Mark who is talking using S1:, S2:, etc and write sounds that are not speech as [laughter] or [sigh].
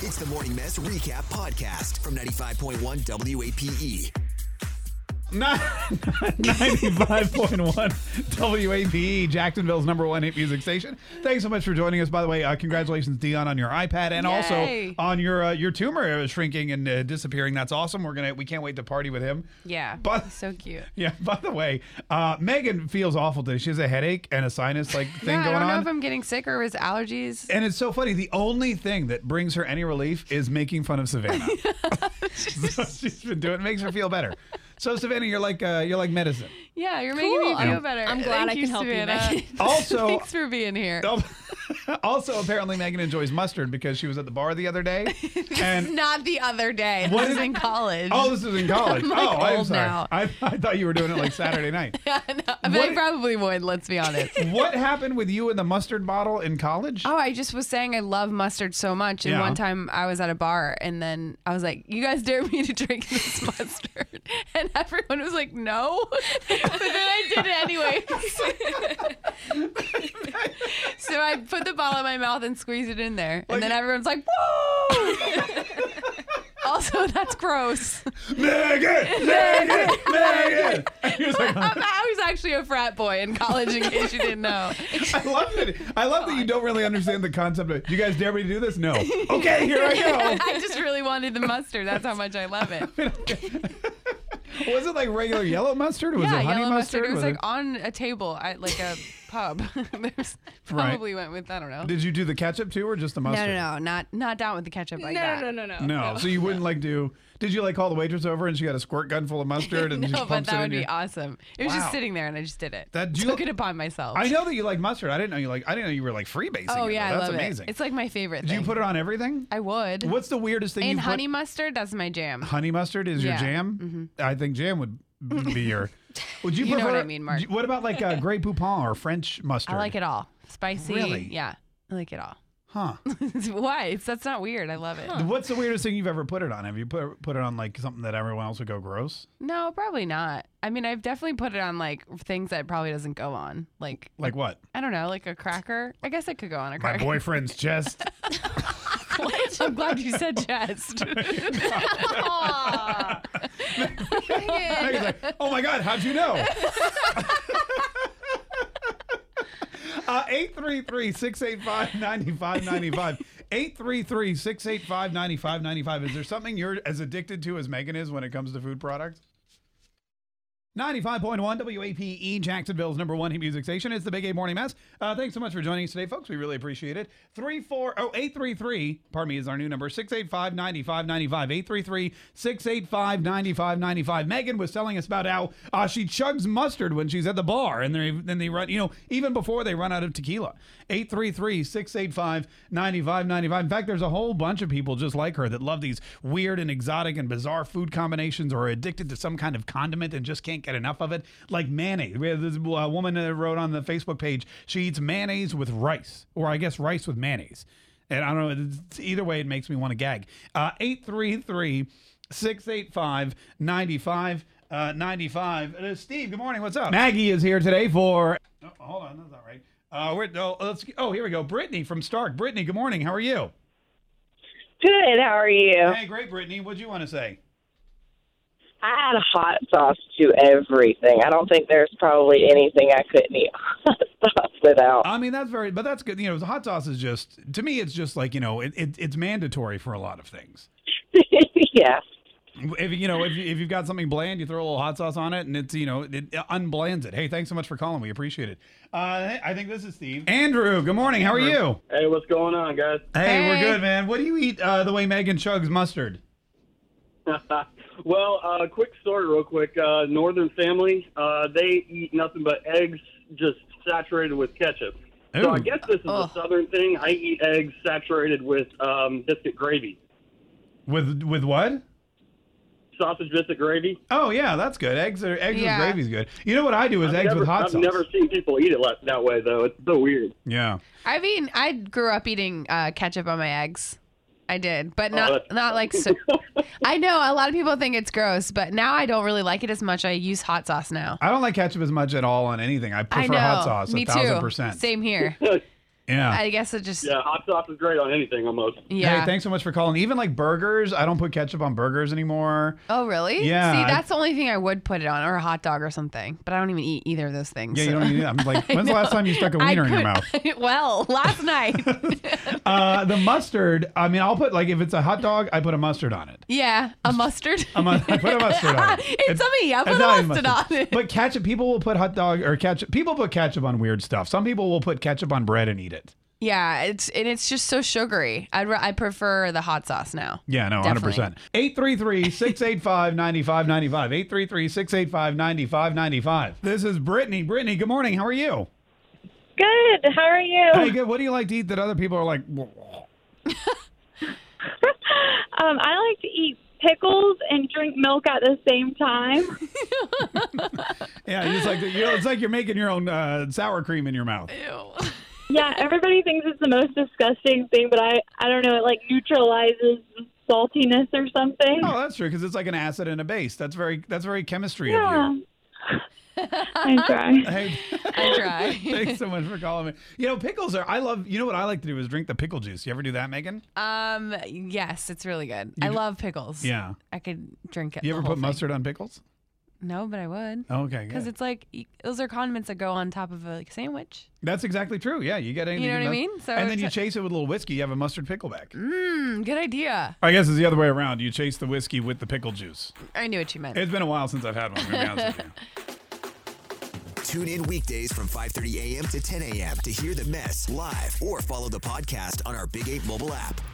S1: It's the Morning Mess Recap Podcast from 95.1 WAPE.
S2: Nine- 95.1 WAPE, Jacksonville's number one hit music station. Thanks so much for joining us. By the way, uh, congratulations, Dion, on your iPad and also
S3: Yay.
S2: on your uh, your tumor uh, shrinking and uh, disappearing. That's awesome. We're gonna we can't wait to party with him.
S3: Yeah.
S2: But-
S3: he's so cute.
S2: Yeah. By the way, uh, Megan feels awful today. She has a headache and a sinus like thing
S3: yeah,
S2: going
S3: I don't know
S2: on.
S3: if I'm getting sick or his allergies.
S2: and it's so funny. The only thing that brings her any relief is making fun of Savannah. so she's been doing. It makes her feel better. So Savannah, you're like uh, you're like medicine.
S3: Yeah, you're making me
S4: Cool.
S3: feel
S4: I'm-
S3: better.
S4: I'm glad
S3: Thank
S4: I
S3: you,
S4: can help you,
S3: Savannah.
S4: Megan.
S2: Also-
S3: [laughs] thanks for being here.
S2: Oh, [laughs] also, apparently, Megan enjoys mustard because she was at the bar the other
S3: [laughs]
S2: day. And
S4: Not the other day.
S2: What
S4: This
S2: is-
S4: is in college.
S3: [laughs]
S2: oh, this is in college.
S3: I'm, like,
S2: oh, I'm
S3: old
S2: sorry.
S3: now.
S2: I, I thought you were doing it like Saturday night.
S3: [laughs] but
S2: what-
S3: I probably would, let's be [laughs] honest.
S2: What happened with you and the mustard bottle in college?
S3: Oh, I just was saying I love mustard so much. And
S2: Yeah.
S3: one time I was at a bar and then I was like, You guys dare me to drink [laughs] this mustard? [laughs] And everyone was like, No. [laughs] but then I did it anyways. [laughs] so I put the bottle in my mouth and squeezed it in there.
S2: Like-
S3: and then everyone's like, Whoa. also, that's gross.
S2: [laughs] Megan!
S3: [laughs]
S2: Megan! Megan! And he was like,
S3: Um, I was actually a frat boy in college, in case you didn't know.
S2: I love it. I love that you don't really understand the concept of it. You guys dare me to do this? No. Okay, here I go.
S3: I just really wanted the mustard. That's how much I love it.
S2: Was it like regular yellow mustard? Was
S3: yeah,
S2: it honey
S3: yellow mustard. It was, like
S2: it-
S3: on a table at like a pub. [laughs] There's
S2: [laughs] Right.
S3: probably went with I don't know.
S2: Did you do the ketchup too, or just the
S3: no,
S2: mustard?
S3: no, no, not not down with the ketchup like that.
S4: no, no, no, no.
S2: [laughs] No, so you wouldn't like do. Did you like call the waitress over and she got a squirt gun full of mustard
S3: [laughs]
S2: and
S3: No,
S2: she
S3: but
S2: pumps
S3: that
S2: it
S3: would
S2: in
S3: be
S2: your?
S3: awesome. It was
S2: Wow.
S3: just sitting there, and I just did it.
S2: That- do you
S3: took
S2: look-
S3: it upon myself.
S2: I know that you like mustard. I didn't know you like. I didn't know you were like freebasing.
S3: oh
S2: it,
S3: yeah,
S2: though.
S3: I
S2: that's
S3: love
S2: amazing.
S3: it. It's like my favorite.
S2: do you
S3: thing.
S2: put it on everything?
S3: I would.
S2: What's the weirdest thing
S3: in
S2: you
S3: honey
S2: put?
S3: mustard? That's my jam.
S2: Honey mustard is your
S3: Yeah. Mm-hmm.
S2: jam. I think jam would be
S3: [laughs]
S2: your. Would you,
S3: You know
S2: prefer?
S3: what I mean, Mark.
S2: do- What about like uh, Grey Poupon or French mustard?
S3: I like it all. Spicy.
S2: Really?
S3: Yeah, I like it all. [laughs]
S2: Huh?
S3: Why? It's, that's not weird. I love it.
S2: What's the weirdest thing you've ever put it on? Have you put put it on like something that everyone else would go gross?
S3: No, probably not. I mean, I've definitely put it on like things that it probably doesn't go on, like
S2: Like what?
S3: I don't know, like a cracker. I guess it could go on a
S2: My
S3: [laughs] cracker.
S2: boyfriend's chest.
S3: I'm glad you
S2: [laughs]
S3: said chest.
S4: Aw.
S2: And [laughs] he's like, oh my God, how'd you know? [laughs] Uh, 833-685-9595. 833-685-9595. Is there something you're as addicted to as Megan is when it comes to food products? 95.1 WAPE, E, Jacksonville's number one hit music station. It's the Big A Morning Mass. Uh, thanks so much for joining us today, folks. We really appreciate it. oh, 340833, pardon me, is our new number 685 9595. 833 685 9595. Megan was telling us about how uh, she chugs mustard when she's at the bar and they then they run, you know, even before they run out of tequila. 833 685 9595. In fact, there's a whole bunch of people just like her that love these weird and exotic and bizarre food combinations or are addicted to some kind of condiment and just can't get enough of it. Like mayonnaise. We have this uh, woman that wrote on the Facebook page, she eats mayonnaise with rice, or I guess rice with mayonnaise. And I don't know, it's- either way, it makes me want to gag. Uh, 833 685 uh, 9595. Uh, Steve, good morning. What's up? Maggie is here today for. Oh, hold on, that's not right. Uh, we're, oh, let's, oh, here we go. Brittany from Stark. Brittany, good morning. How are you?
S5: Good. How are you?
S2: Hey, great, Brittany. What'd you want to say?
S5: I add hot sauce to everything. I don't think there's probably anything I couldn't
S4: [laughs]
S5: eat hot sauce without.
S2: I mean, that's very, but that's good. You know, the hot sauce is just, to me, it's just like, you know, it, it, it's mandatory for a lot of things.
S5: yeah.
S2: If you know, if, you- if you've got something bland, you throw a little hot sauce on it, and it's you know, it, it unblands it. Hey, thanks so much for calling. We appreciate it. Uh, I think this is Steve. Andrew, good morning. How are you?
S6: Hey, what's going on, guys? [laughs]
S2: Hey, we're
S3: Hey.
S2: good, man. What do you eat uh, the way Megan chugs mustard?
S6: well, uh, quick story, real quick. Uh, Northern family, uh, they eat nothing but eggs, just saturated with ketchup. So I
S2: Ooh.
S6: guess this is
S3: Ugh.
S6: a southern thing. I eat eggs saturated with um, biscuit gravy,
S2: With with what?
S6: sausage biscuit gravy.
S2: Oh yeah, that's good. Eggs are eggs
S3: Yeah.
S2: with gravy's good. You know what I do is
S6: I've
S2: eggs
S6: never,
S2: with hot
S6: I've
S2: sauce.
S6: never seen people eat it like, that way though. It's so weird. [laughs]
S2: Yeah.
S3: I've eaten. [laughs] I grew up eating uh, ketchup on my eggs. I did, but
S6: Oh,
S3: not
S6: that's-
S3: not
S2: [laughs]
S3: like. So, I know a lot of people think it's gross, but now I don't really like it as much. I use hot sauce now.
S2: I don't like ketchup as much at all on anything. I
S3: I
S2: prefer
S3: know.
S2: hot sauce
S3: Me
S2: a thousand
S3: too.
S2: percent.
S3: Same here.
S2: Yeah.
S3: I guess it just
S6: Yeah, hot sauce is great on anything almost.
S3: yeah.
S2: Hey, thanks so much for calling. Even like burgers, I don't put ketchup on burgers anymore.
S3: Oh really?
S2: Yeah,
S3: See,
S2: I-
S3: that's the only thing I would put it on, or a hot dog or something. But I don't even eat either of those things.
S2: Yeah, you
S3: so-
S2: don't need it. I'm like, when's the last time you stuck a
S3: [laughs] I
S2: wiener in your
S3: could-
S2: mouth?
S3: [laughs] well, last night.
S2: Uh, the mustard, I mean, I'll put like if it's a hot dog, I put a mustard on it.
S3: yeah, a mustard.
S2: A mu- I put a mustard on it.
S3: [laughs] It's a me. I put
S2: It's
S3: a
S2: not even
S3: mustard on it. [laughs]
S2: But ketchup, people will put hot dog or ketchup. People put ketchup on weird stuff. Some people will put ketchup on bread and eat it.
S3: yeah, it's and it's just so sugary. I'd ra- I prefer the hot sauce now.
S2: Yeah, no, 100%. 833 685 9595. 833 685 9595. This is Brittany. Brittany, good morning. How are you?
S4: Good. How are you?
S2: Hey, good. What do you like to eat that other people are like, "Whoa."
S4: Um, I like to eat pickles and drink milk at the same time.
S2: yeah, it's like, you know, it's like you're making your own uh, sour cream in your mouth.
S3: Ew.
S4: yeah, everybody thinks it's the most disgusting thing, but I I don't know. It like neutralizes the saltiness or something.
S2: Oh, that's true because it's like an acid and a base. That's very that's very chemistry of
S4: yeah.
S2: you.
S4: I try.
S2: Hey, [laughs]
S3: I try.
S2: thanks so much for calling me. You know, pickles are. I love. You know what I like to do is drink the pickle juice. You ever do that, Megan?
S3: um. Yes, it's really good. I
S2: d-
S3: love pickles.
S2: Yeah.
S3: I could drink it.
S2: You
S3: the
S2: ever
S3: whole
S2: put
S3: thing.
S2: mustard on pickles?
S3: No, but I would.
S2: Okay,
S3: Because
S2: good.
S3: it's like y- those are condiments that go on top of a like, sandwich.
S2: That's exactly true. Yeah, you get anything.
S3: know what I
S2: must-
S3: mean? So
S2: and then you
S3: it's-
S2: chase it with a little whiskey. You have a mustard pickleback.
S3: Mmm, good idea.
S2: I guess it's the other way around. You chase the whiskey with the pickle juice.
S3: I knew what you meant.
S2: It's been a while since I've had one. I'm gonna be honest with you.
S1: Tune in weekdays from 5:30 a.m. to 10 a.m. to hear the mess live or follow the podcast on our Big 8 mobile app.